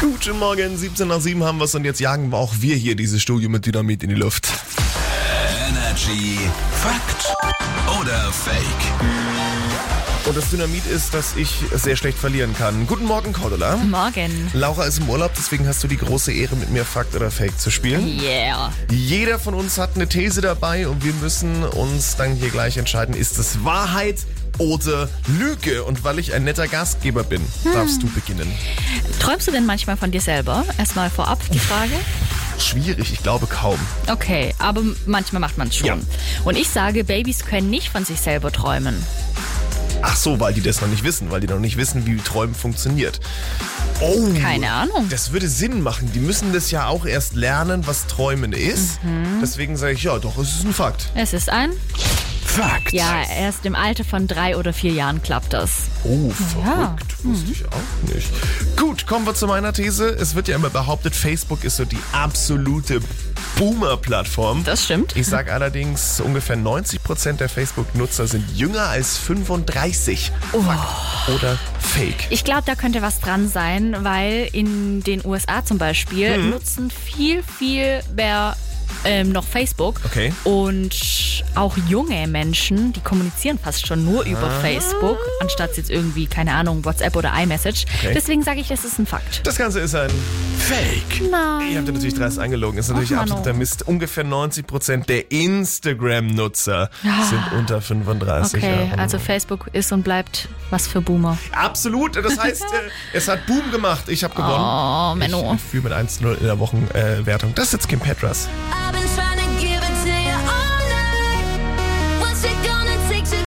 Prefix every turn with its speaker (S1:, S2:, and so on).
S1: Guten Morgen, 17 nach 7 haben wir es und jetzt jagen wir auch wir hier dieses Studio mit Dynamit in die Luft.
S2: Energy Fakt oder Fake?
S1: Und das Dynamit ist, dass ich sehr schlecht verlieren kann. Guten Morgen, Cordula.
S3: Morgen.
S1: Laura ist im Urlaub, deswegen hast du die große Ehre, mit mir Fakt oder Fake zu spielen.
S3: Yeah.
S1: Jeder von uns hat eine These dabei und wir müssen uns dann hier gleich entscheiden, ist es Wahrheit oder Lüge? Und weil ich ein netter Gastgeber bin, darfst du beginnen.
S3: Träumst du denn manchmal von dir selber? Erstmal vorab die Frage.
S1: Schwierig, ich glaube kaum.
S3: Okay, aber manchmal macht man es schon.
S1: Ja.
S3: Und ich sage, Babys können nicht von sich selber träumen.
S1: Ach so, weil die das noch nicht wissen, weil die noch nicht wissen, wie Träumen funktioniert. Oh,
S3: Keine Ahnung.
S1: Das würde Sinn machen. Die müssen das ja auch erst lernen, was Träumen ist.
S3: Mhm.
S1: Deswegen sage ich, ja, doch, es ist ein Fakt.
S3: Es ist ein?
S2: Fakt.
S3: Ja, erst im Alter von drei oder vier Jahren klappt das.
S1: Oh, verrückt.
S3: Hm.
S1: Wusste ich auch nicht. Gut, kommen wir zu meiner These. Es wird ja immer behauptet, Facebook ist so die absolute Boomer-Plattform.
S3: Das stimmt.
S1: Ich sage allerdings, ungefähr 90% der Facebook-Nutzer sind jünger als 35.
S3: Oh.
S1: Fakt oder Fake?
S3: Ich glaube, da könnte was dran sein, weil in den USA zum Beispiel
S1: Mhm.
S3: nutzen viel, viel mehr ähm, noch Facebook.
S1: Okay.
S3: Und auch junge Menschen, die kommunizieren fast schon nur über
S1: Ah.
S3: Facebook, anstatt jetzt irgendwie, keine Ahnung, WhatsApp oder iMessage.
S1: Okay.
S3: Deswegen sage ich, es ist ein Fakt.
S1: Das Ganze ist ein
S2: Fake.
S1: Ihr habt ja natürlich dreist angelogen. Das ist natürlich
S3: Ach, Manu.
S1: absoluter Mist. Ungefähr 90% der Instagram-Nutzer sind unter 35
S3: Okay,
S1: Jahren.
S3: also Facebook ist und bleibt was für Boomer.
S1: Absolut. Das heißt, äh, es hat Boom gemacht. Ich habe gewonnen.
S3: Oh, Menno.
S1: Ich fühle mit 1-0 in der Wochenwertung. Äh, Wertung. das ist jetzt Kim Petras.